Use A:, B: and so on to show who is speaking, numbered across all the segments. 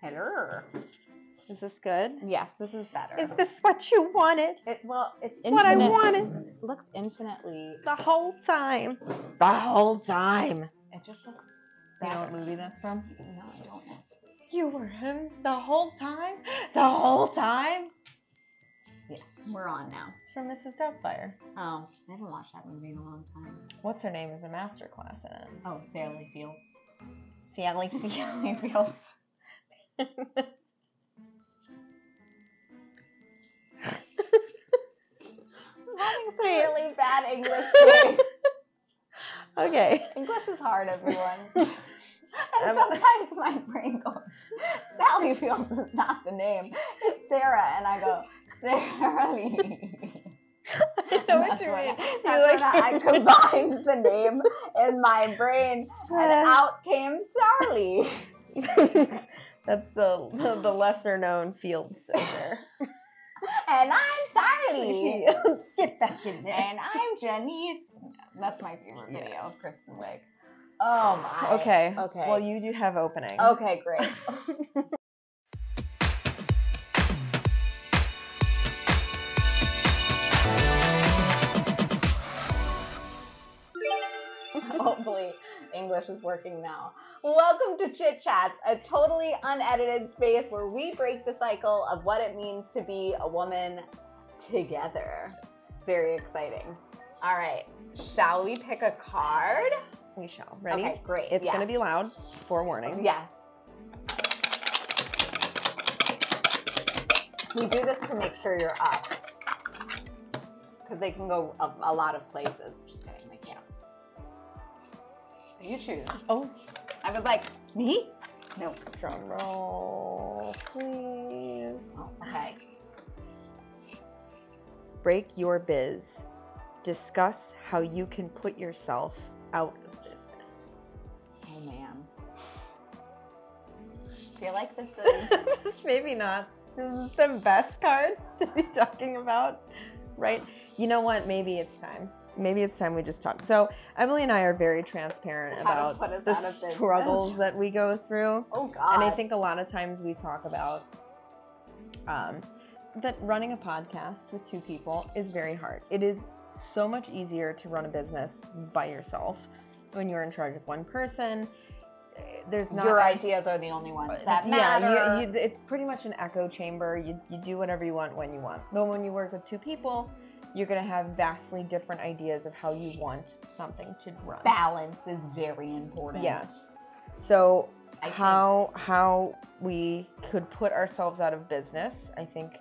A: Hello.
B: Is this good?
C: Yes, this is better.
B: Is this what you wanted
A: It, well, it's
C: Infinite.
B: what I
C: Infinitely.
B: wanted
C: It looks infinitely.
B: the whole time? The whole time.
A: it just looks.
C: You know
A: better.
C: what movie that's from?
A: No, I don't know.
B: You were him the whole time? The whole time?
A: Yes, we're on now.
B: It's from Mrs. Doubtfire.
A: Um, I haven't watched that movie in a long time.
B: What's her name is a master class in it.
A: Oh, Sally Fields.
B: Sally
A: Sally Fields. I'm having some really bad English. today.
B: Okay.
A: English is hard, everyone. And
B: Um,
A: sometimes my brain goes, Sally Fields is not the name. It's Sarah, and I go, Sarah Lee.
B: I know what
A: That's
B: you
A: when-
B: mean.
A: that's
B: You're like-
A: when I combined the name in my brain, and
B: Uh.
A: out came Sarly.
B: That's the the, the lesser known field singer.
A: And I'm Sarly.
B: Get back in
A: And I'm Jenny. That's my favorite video of Kristen Wiig. Oh my.
B: Okay.
A: Okay. Oh.
B: Well, you do have opening.
A: Okay, great. Hopefully, English is working now. Welcome to Chit Chats, a totally unedited space where we break the cycle of what it means to be a woman together. Very exciting. All right, shall we pick a card?
B: We shall. Ready?
A: Okay, great.
B: It's
A: yeah.
B: gonna be loud. Forewarning.
A: Yes. We do this to make sure you're up. Because they can go a, a lot of places. Just kidding, they can't. You choose.
B: Oh,
A: I was like, me? No.
B: drum roll, please.
A: Oh, okay.
B: Break your biz. Discuss how you can put yourself out of business.
A: Oh, man. I feel like this is.
B: this is maybe not. This is the best card to be talking about, right? You know what? Maybe it's time. Maybe it's time we just talk. So Emily and I are very transparent
A: How to
B: about
A: put us out
B: the
A: of business.
B: struggles that we go through.
A: Oh, God.
B: And I think a lot of times we talk about um, that running a podcast with two people is very hard. It is so much easier to run a business by yourself when you're in charge of one person. eh, There's not
A: your ideas are the only ones that matter.
B: yeah, you, you, it's pretty much an echo chamber. You, you do whatever you want when you want. But when you work with two people, you're going to have vastly different ideas of how you want something to run.
A: Balance is very important.
B: Yes. So
A: I think-
B: how how we could put ourselves out of business, I think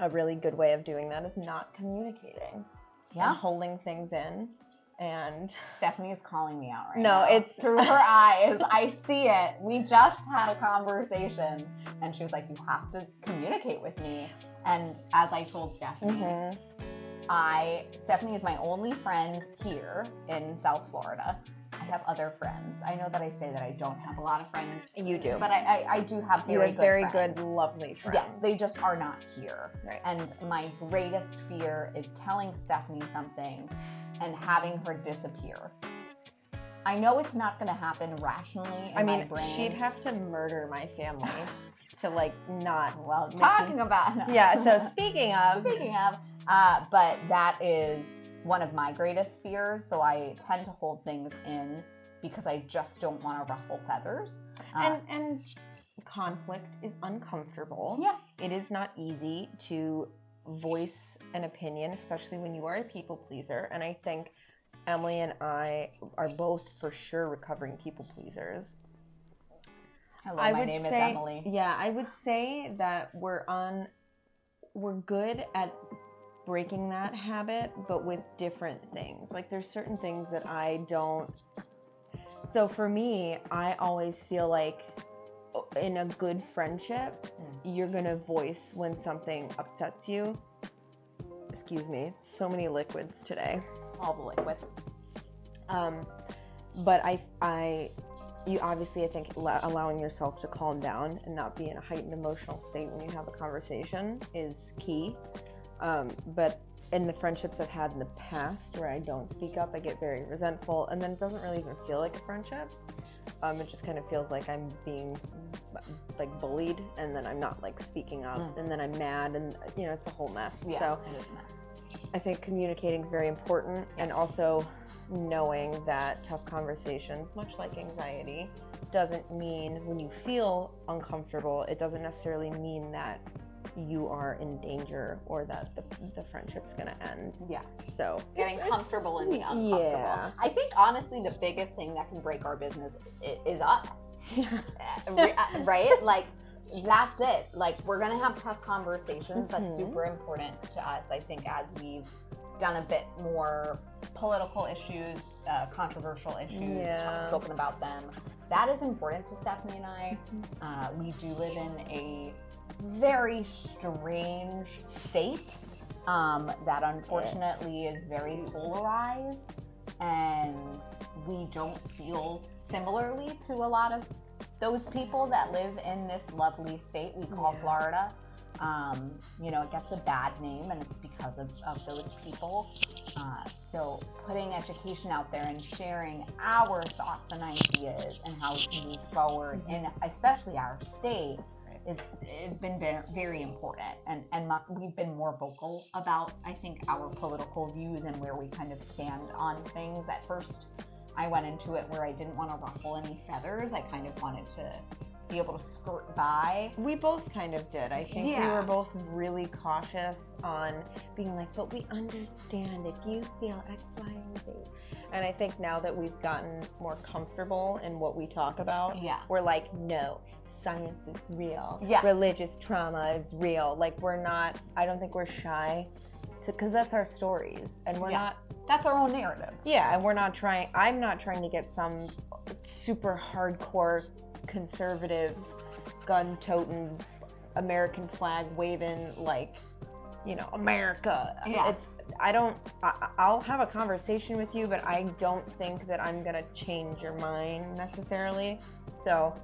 B: a really good way of doing that is not communicating.
A: Yeah.
B: And holding things in. And
A: Stephanie is calling me out right
B: No,
A: now.
B: it's-
A: through her eyes. I see it. We just had a conversation, and she was like, "You have to communicate with me." And as I told Stephanie,
B: Mm-hmm.
A: I Stephanie is my only friend here in South Florida. I have other friends. I know that I say that I don't have a lot of friends,
B: you do.
A: but I, I, I do have very
B: you have
A: good
B: very
A: friends.
B: good, lovely friends.
A: Yes, they just are not here.
B: Right.
A: And my greatest fear is telling Stephanie something and having her disappear. I know it's not going to happen rationally. In
B: I
A: my
B: mean,
A: brain.
B: she'd have to murder my family to like not.
A: well
B: make
A: talking about. no.
B: Yeah. So speaking of,
A: speaking of, uh, but that is one of my greatest fears. So I tend to hold things in because I just don't want to ruffle feathers. Uh,
B: and and conflict is uncomfortable.
A: yeah,
B: It is not easy to voice an opinion, especially when you are a people pleaser. And I think Emily and I are both for sure recovering people pleasers.
A: hello.
B: I
A: my
B: would
A: name is
B: say-
A: Emily.
B: Yeah, I would say that we're on we're good at breaking that habit, but with different things. Like there's certain things that I don't So for me, I always feel like oh, in a good friendship, you're going to voice when something upsets you. Excuse me. So many liquids today
A: All the liquids.
B: um, but I, I, you obviously, I think allo- allowing yourself to calm down and not be in a heightened emotional state when you have a conversation is key. Um, but in the friendships I've had in the past where I don't speak up, I get very resentful, and then it doesn't really even feel like a friendship. um, it just kind of feels like I'm being like bullied, and then I'm not like speaking up,
A: Mm.
B: and then I'm mad, and you know, it's a whole mess.
A: Yeah.
B: So
A: it is a mess.
B: I think communicating is very important, and also knowing that tough conversations, much like anxiety, doesn't mean when you feel uncomfortable, it doesn't necessarily mean that you are in danger or that the, the friendship's going to end.
A: Yeah.
B: So
A: Getting
B: it's-
A: comfortable in the uncomfortable.
B: Yeah.
A: I think honestly, the biggest thing that can break our business i- is us.
B: Yeah.
A: Re- uh, right? Like that's it. Like we're gonna have tough conversations.
B: Mhm.
A: That's super important to us. I think as we've done a bit more political issues, uh, controversial issues,
B: Yeah.
A: spoken about them. That is important to Stephanie and I. Uh, we do live in a very strange state um, that unfortunately is very polarized, and we don't feel similarly to a lot of those people that live in this lovely state we call
B: Yeah.
A: Florida. Um, you know, it gets a bad name, and it's because of, of those people. Uh, so, putting education out there and sharing our thoughts and ideas and how we can move forward, in especially our state, is has been ve- very important. And and mo- we've been more vocal about, I think, our political views and where we kind of stand on things. At first, I went into it where I didn't want to ruffle any feathers. I kind of wanted to be able to skirt by.
B: We both kind of did. I think we
A: Yeah.
B: were both really cautious on being like, but we understand if you feel X, Y, and Z. And I think now that we've gotten more comfortable in what we talk about,
A: Yeah.
B: we're like, no, science is real.
A: Yeah.
B: Religious trauma is real. Like, we're not, I don't think we're shy to, because that's our stories. And we're
A: Yeah.
B: not
A: That's our own narrative.
B: yeah, and we're not trying. I'm not trying to get some super hardcore conservative, gun-toting, American flag waving like, you know, America.
A: Yeah.
B: It's. I don't. I, I'll have a conversation with you, but I don't think that I'm gonna change your mind necessarily. So.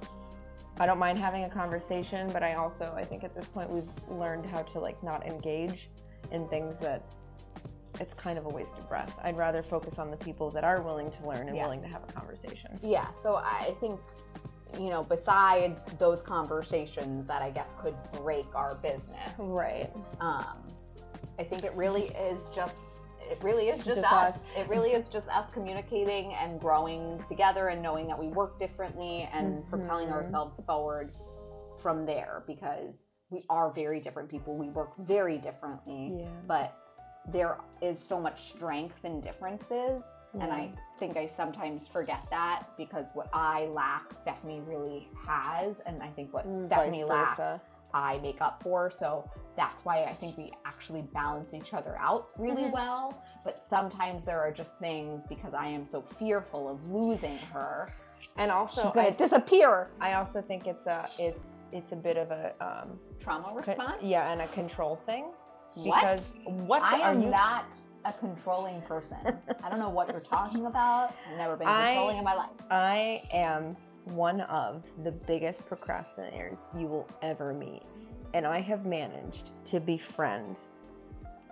B: I don't mind having a conversation, but I also I think at this point we've learned how to like not engage in things that it's kind of a waste of breath. I'd rather focus on the people that are willing to learn and
A: Yeah.
B: willing to have a conversation.
A: Yeah, so I think, you know, besides those conversations that I guess could break our business,
B: Right.
A: um, I think it really is just. It really is just,
B: Just
A: us.
B: us.
A: It really is just us communicating and growing together and knowing that we work differently and propelling
B: Mhm.
A: ourselves forward from there because we are very different people. We work very differently,
B: Yeah.
A: but there is so much strength in differences and I think I sometimes forget that because what I lack, Stephanie really has, and I think
B: Mm,
A: what Stephanie lacks, I make up for. So that's why I think we actually balance each other out really
B: Mhm.
A: well. But sometimes there are just things because I am so fearful of losing her,
B: And
A: she's
B: also,
A: gonna
B: I,
A: disappear.
B: I also think it's a it's it's a bit of a um,
A: Trauma
B: co-
A: response.
B: yeah, and a control thing
A: What?
B: because what
A: I
B: are
A: am
B: you?
A: not a controlling person. I don't know what you're talking about. I've never been
B: I-
A: controlling in my life.
B: I am one of the biggest procrastinators you will ever meet. And I have managed to befriend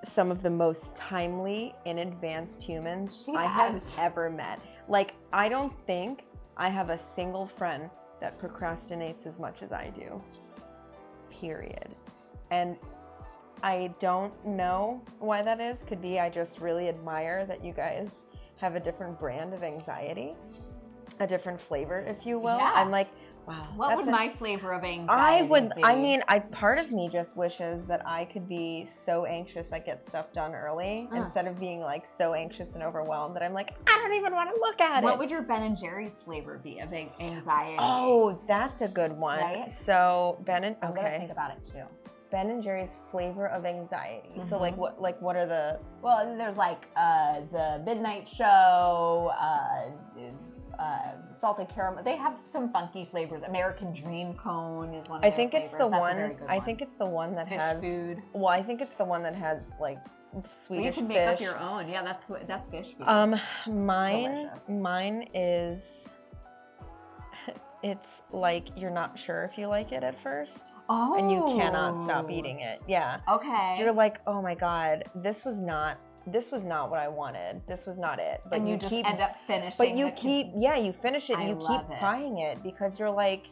B: some of the most timely and advanced humans
A: She
B: I have
A: has.
B: ever met. Like, I don't think I have a single friend that procrastinates as much as I do. Period. And I don't know why that is. Could be I just really admire that you guys have a different brand of anxiety, a different flavor, if you will.
A: Yeah.
B: I'm like, wow.
A: What
B: that's
A: would
B: a-
A: my flavor of anxiety
B: I would. I
A: be?
B: mean, I part of me just wishes that I could be so anxious I get stuff done early
A: Ah.
B: instead of being like so anxious and overwhelmed that I'm like, I don't even want to look at
A: what
B: it.
A: would your Ben and Jerry's flavor be of an- anxiety?
B: oh, that's a good one.
A: Right?
B: So Ben and
A: I'm gonna
B: okay,
A: think about it too.
B: Ben and Jerry's flavor of anxiety. So
A: Mhm.
B: like what like what are the
A: Well, and then there's like uh, the Midnight Show, uh, uh, salted caramel. They have some funky flavors. American Dream Cone is one. Of
B: I
A: their
B: think it's the
A: flavors. That's a
B: one,
A: very good
B: I think it's the one that
A: fish
B: has
A: food.
B: well I think it's the one that has like
A: Well, you
B: Swedish
A: can make
B: fish.
A: up your own. Yeah, that's what- that's fish food.
B: Um, mine,
A: Delicious.
B: mine is. It's like you're not sure if you like it at first,
A: oh,
B: and you cannot stop eating it. Yeah,
A: Okay.
B: you're like, oh my god, this was not this was not what I wanted. This was not it. But
A: and you,
B: you,
A: just
B: keep
A: end up finishing.
B: but you
A: the-
B: keep yeah you finish it and
A: I
B: you
A: love
B: keep
A: it.
B: crying it because you're like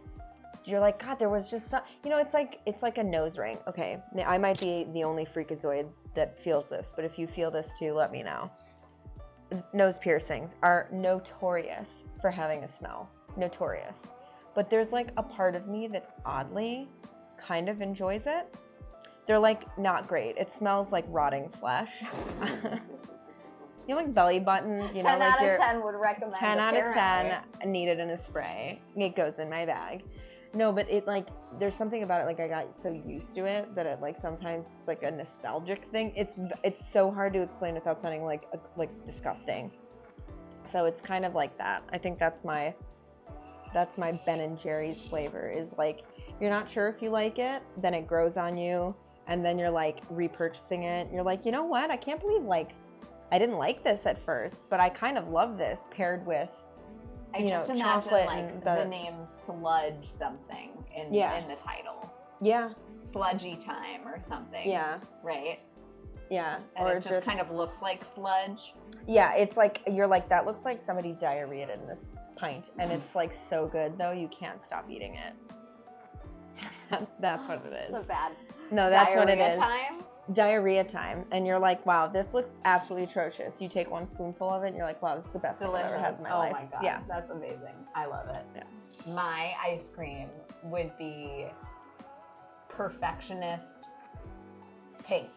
B: you're like god there was just some you know it's like it's like a nose ring okay now, i might be the only freakazoid that feels this but if you feel this too let me know nose piercings are notorious for having a smell notorious but there's like a part of me that oddly kind of enjoys it they're like not great it smells like rotting flesh you know, like belly button you know
A: ten
B: like
A: out
B: your-
A: of ten would recommend.
B: 10 out of 10
A: apparently.
B: needed in a spray it goes in my bag no but it like there's something about it like i got so used to it that it like sometimes it's like a nostalgic thing it's it's so hard to explain without sounding like uh, like disgusting so it's kind of like that i think that's my that's my ben and jerry's flavor is like you're not sure if you like it then it grows on you and then you're like repurchasing it you're like you know what i can't believe like i didn't like this at first but i kind of love this paired with
A: I
B: you
A: just
B: know,
A: imagine
B: chocolate
A: like
B: and
A: the,
B: the-
A: name sludge something in
B: Yeah.
A: in the title,
B: yeah
A: sludgy time or something.
B: yeah
A: Right.
B: yeah
A: And it just, kind of looks like sludge.
B: yeah it's like you're like that looks like somebody diarrheaed in this pint and
A: Mm-hmm.
B: it's like so good though you can't stop eating it that's what it
A: The
B: is
A: bad
B: no that's what it
A: diarrhea
B: is
A: Time.
B: diarrhea time and you're like, wow, this looks absolutely atrocious. You take one spoonful of it and you're like, wow, this is the best
A: Delicious.
B: I've ever had in my
A: oh
B: life.
A: my god,
B: Yeah.
A: that's amazing. I love it. My ice cream would be perfectionist pink.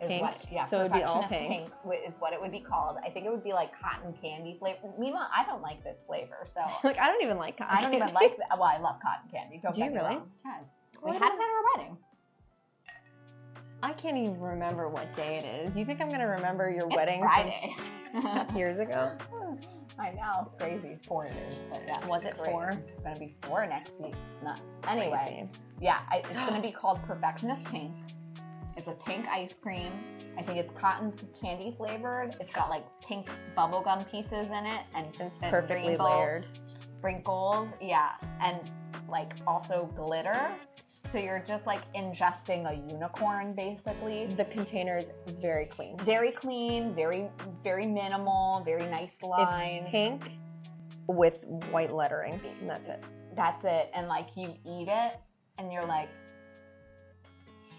A: Is
B: Pink?
A: What, yeah,
B: So it would be all
A: perfectionist
B: pink.
A: wi- is what it would be called. I think it would be like cotton candy flavor. Meanwhile, I don't like this flavor, so
B: like I don't even like cotton
A: I don't even
B: candy.
A: like. The, well, I love cotton candy. Don't
B: Do you
A: get me
B: really?
A: wrong. Yes.
B: Why
A: We
B: do
A: had it
B: you-
A: at our wedding.
B: I can't even remember what day it is. You think I'm gonna remember your
A: It's
B: wedding from
A: Friday.
B: years ago?
A: I know, crazy. It's Four years, but yeah.
B: Was it
A: Great.
B: four?
A: It's gonna be four next week. It's nuts. Anyway.
B: Crazy.
A: Yeah, I, it's gonna be called Perfectionist Pink. It's a pink ice cream. I think it's cotton candy flavored. It's got like pink bubblegum pieces in it and
B: It's
A: and
B: perfectly
A: rainbow
B: layered.
A: sprinkles. Yeah, and like also glitter. So you're just like ingesting a unicorn basically.
B: The container is very clean.
A: Very clean, very very minimal, very nice line.
B: It's pink with white lettering. And that's it.
A: That's it. And like you eat it and you're like,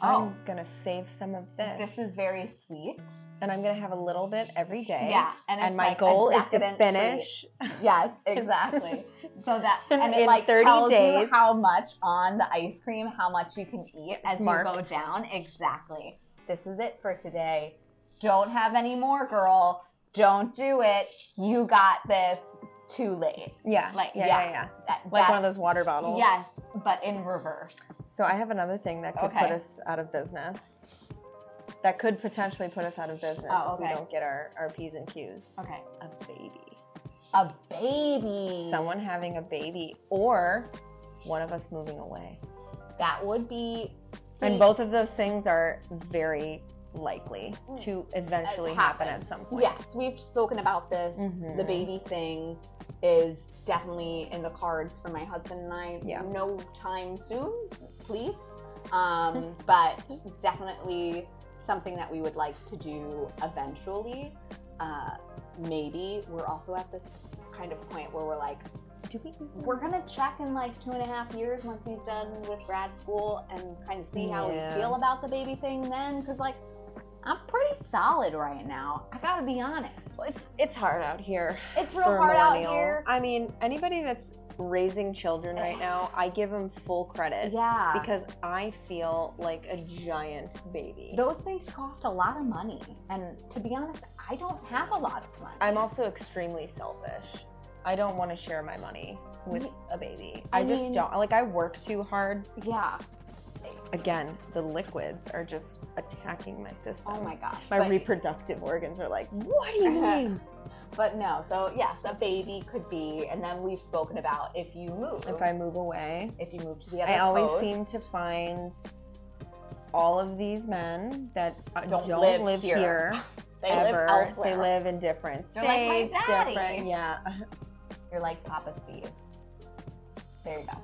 A: oh,
B: I'm gonna save some of this.
A: this is very sweet.
B: and I'm gonna have a little bit every day.
A: Yeah, and, it's
B: And my
A: like a
B: goal is to
A: decadent treat.
B: finish
A: Yes, exactly. so that
B: In-
A: and it
B: in
A: like
B: 30
A: tells you
B: days.
A: how much on the ice cream, how much you can eat as
B: marked.
A: you go down. Exactly. This is it for today. Don't have any more, girl. Don't do it. You got this. Too late.
B: Yeah.
A: Like,
B: yeah,
A: yeah.
B: yeah, yeah.
A: That,
B: Like
A: that-
B: one of those water bottles.
A: Yes, but in reverse.
B: So I have another thing that could put
A: Okay.
B: us out of business. That could potentially put us out of business
A: Oh,
B: if
A: okay.
B: we don't get our, our P's and Q's.
A: Okay.
B: A baby.
A: A baby.
B: Someone having a baby or one of us moving away.
A: that would be. Hmm.
B: And both of those things are very likely to eventually happen
A: happened.
B: at some point.
A: Hmm. Yes, we've spoken about this.
B: Mhm.
A: the baby thing is definitely in the cards for my husband and I.
B: Yeah.
A: No time soon, please. Um, but it's definitely something that we would like to do eventually. Uh, maybe we're also at this kind of point where we're like,
B: Do we?
A: we're gonna check in like two and a half years once he's done with grad school and kind of see how
B: Yeah.
A: we feel about the baby thing then, because like I'm pretty solid right now. I gotta be honest. It's
B: It's hard out here.
A: it's real
B: for a
A: hard out
B: millennial.
A: here.
B: I mean, anybody that's raising children right now, I give them full credit
A: Yeah.
B: because I feel like a giant baby.
A: those things cost a lot of money. And to be honest, I don't have a lot of money.
B: I'm also extremely selfish. I don't want to share my money with
A: Me-
B: a baby.
A: I
B: I, just
A: mean-
B: don't. Like I work too hard.
A: yeah.
B: Again, the liquids are just attacking my system.
A: Oh my gosh.
B: My
A: but,
B: reproductive organs are like, what do you mean?
A: but no, so yes, a baby could be and then we've spoken about if you move.
B: if I move away,
A: if you move to the other
B: I always
A: coast,
B: seem to find all of these men that uh,
A: Don't
B: don't,
A: live
B: live,
A: here.
B: here,
A: they
B: ever.
A: live elsewhere.
B: they live in different
A: They're like my
B: states,
A: daddy.
B: different. Yeah.
A: You're like Papa Steve. There you go.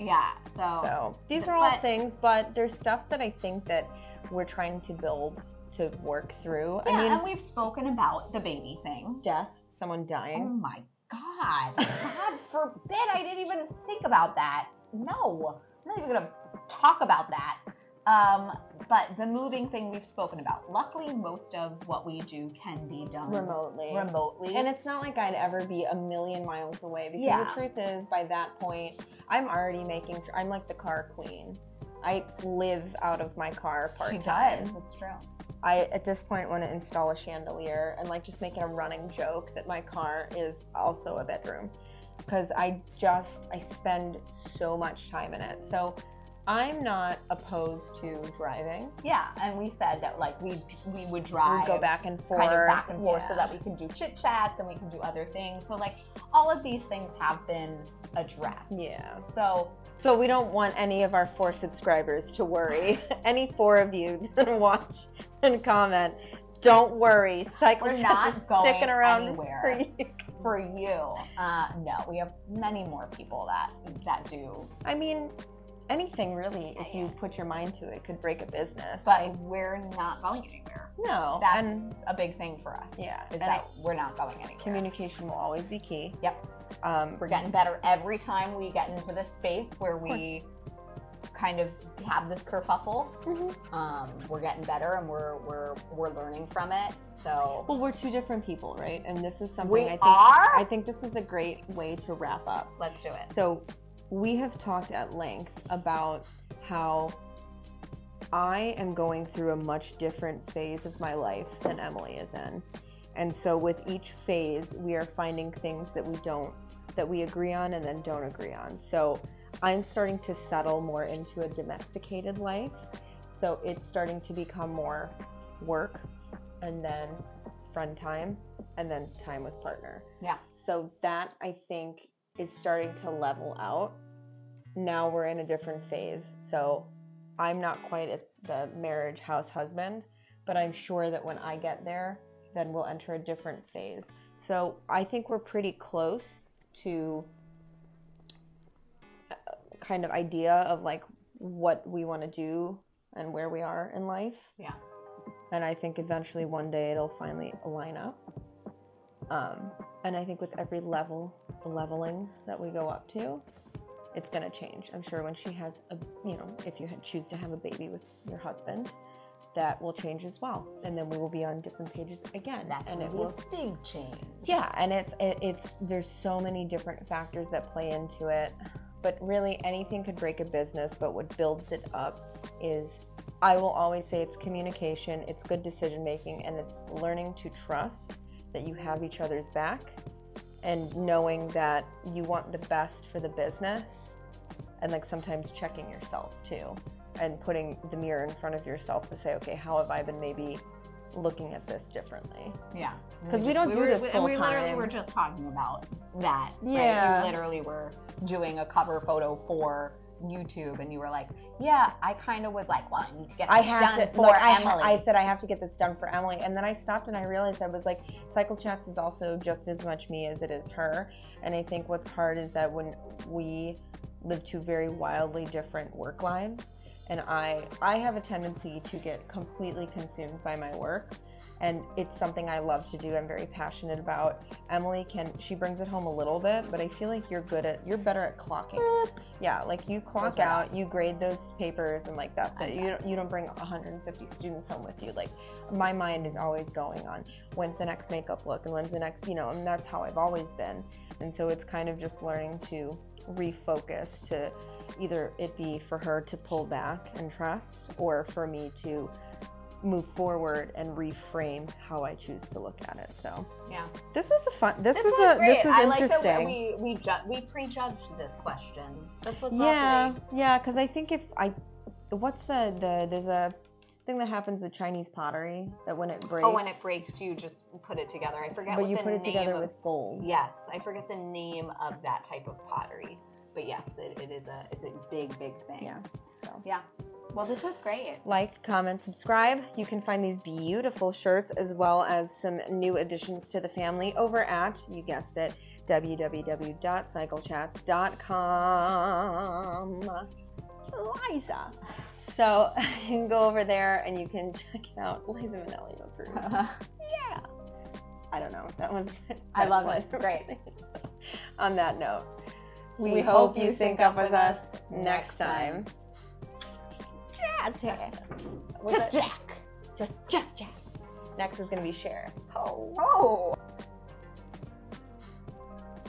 A: Yeah. So,
B: So these are all
A: Oh. But-
B: things, but there's stuff that I think that we're trying to build to to work through.
A: Yeah,
B: I mean,
A: and we've spoken about the baby thing.
B: death, someone
A: Oh
B: dying.
A: my god. God forbid I didn't even think about that. No. I'm not even gonna talk about that. Um, but the moving thing we've spoken about. Luckily most of what we do can be done
B: Remotely.
A: Oh, remotely.
B: And it's not like I'd ever be a million miles away because
A: Mm-hmm. Yeah.
B: the truth is, by that point, I'm already making. I'm like the car queen. I live out of my car part
A: she
B: time.
A: does, it's true.
B: I at this point want to install a chandelier and like just make it a running joke that my car is also a bedroom because I just I spend so much time in it. So I'm not opposed to driving.
A: Yeah, and we said that like we we would drive
B: We go back and forth,
A: kind of back and forth so
B: Yeah.
A: that we can do chit chats and we can do other things. So like all of these things have been addressed.
B: yeah.
A: So
B: So we don't want any of our four subscribers to worry. any four of you that watch and comment, don't worry. Cycle
A: We're
B: Chat
A: not
B: is
A: going
B: sticking around
A: anywhere.
B: for you.
A: for you, uh, no, we have many more people that that do,
B: I mean, anything really, if
A: Yeah.
B: you put your mind to it, could break a business.
A: but we're not going anywhere.
B: no,
A: That's
B: and
A: a big thing for us.
B: yeah,
A: is
B: and
A: that we're not going anywhere.
B: communication will always be key.
A: Yep.
B: Um,
A: we're getting better every time we get into this space where we kind of have this kerfuffle.
B: mhm.
A: Um, we're getting better and we're we're we're learning from it. So
B: Well, we're two different people, right? And this is something
A: we
B: I think.
A: are.
B: I think this is a great way to wrap up.
A: Let's do it.
B: So, we have talked at length about how I am going through a much different phase of my life than Emily is in. And so, with each phase, we are finding things that we don't, that we agree on and then don't agree on. So, I'm starting to settle more into a domesticated life. So, it's starting to become more work and then friend time and then time with partner.
A: Yeah.
B: So, that I think is starting to level out. Now we're in a different phase. So I'm not quite at the marriage house husband, but I'm sure that when I get there, then we'll enter a different phase. So I think we're pretty close to uh, kind of idea of like what we want to do and where we are in life.
A: Yeah.
B: And I think eventually one day it'll finally align up. Um, and I think with every level, leveling that we go up to, it's going to change. I'm sure when she has a, you know, if you had, choose to have a baby with your husband, that will change as well. And then we will be on different pages again.
A: That's
B: and it
A: gonna be
B: will
A: a big change.
B: yeah, and it's it, it's there's so many different factors that play into it, but really anything could break a business. But what builds it up is, I will always say it's communication, it's good decision making, and it's learning to trust that you have each other's back, and knowing that you want the best for the business, and like sometimes checking yourself too, and putting the mirror in front of yourself to say, okay, how have I been maybe looking at this differently?
A: Yeah.
B: 'Cause we
A: just-
B: don't do
A: were-
B: this
A: And we
B: full
A: literally
B: time.
A: were just talking about that. right?
B: Yeah.
A: You literally were doing a cover photo for YouTube, and you were like, "Yeah, I kind of was like, well, I need to get this
B: I have
A: done
B: to
A: for
B: look, I,
A: Emily."
B: I said I have to get this done for Emily, and then I stopped and I realized I was like, cycle chats is also just as much me as it is her, and I think what's hard is that when we live two very wildly different work lives, and I I have a tendency to get completely consumed by my work. And it's something I love to do. I'm very passionate about. Emily can she brings it home a little bit, but I feel like you're good at you're better at clocking. Yeah, like you clock
A: right
B: out, you grade those papers, and like that's it.
A: I'm
B: You don't, you don't bring 150 students home with you. Like my mind is always going on when's the next makeup look and when's the next, you know, and that's how I've always been. And so it's kind of just learning to refocus to either it be for her to pull back and trust or for me to move forward and reframe how I choose to look at it. So
A: Yeah.
B: this was a fun. This,
A: This
B: was,
A: was
B: a
A: great.
B: this was
A: I like
B: interesting.
A: that we we ju- we prejudged this question. This was
B: Yeah,
A: lovely.
B: yeah, because I think if I, what's the the there's a thing that happens with Chinese pottery that when it breaks.
A: Oh, when it breaks, you just put it together. I forget.
B: But
A: what
B: you
A: the
B: put it
A: name
B: together
A: of-
B: with gold.
A: Yes, I forget the name of that type of pottery, but yes, it, it is a it's a big big thing.
B: Yeah, so.
A: Yeah. Well, this was great.
B: Like, comment, subscribe. You can find these beautiful shirts as well as some new additions to the family over at, you guessed it, www.cyclechats.com. Liza. So you can go over there and you can check out Liza Minnelli approved. I don't know. That was.
A: I
B: that
A: love
B: was-
A: it. Great.
B: On that note, we, hope, you sync up with us next time. Jazz hands. Was
A: Just
B: it-
A: Jack.
B: just, just jazz. Next is gonna be Cher.
A: Oh.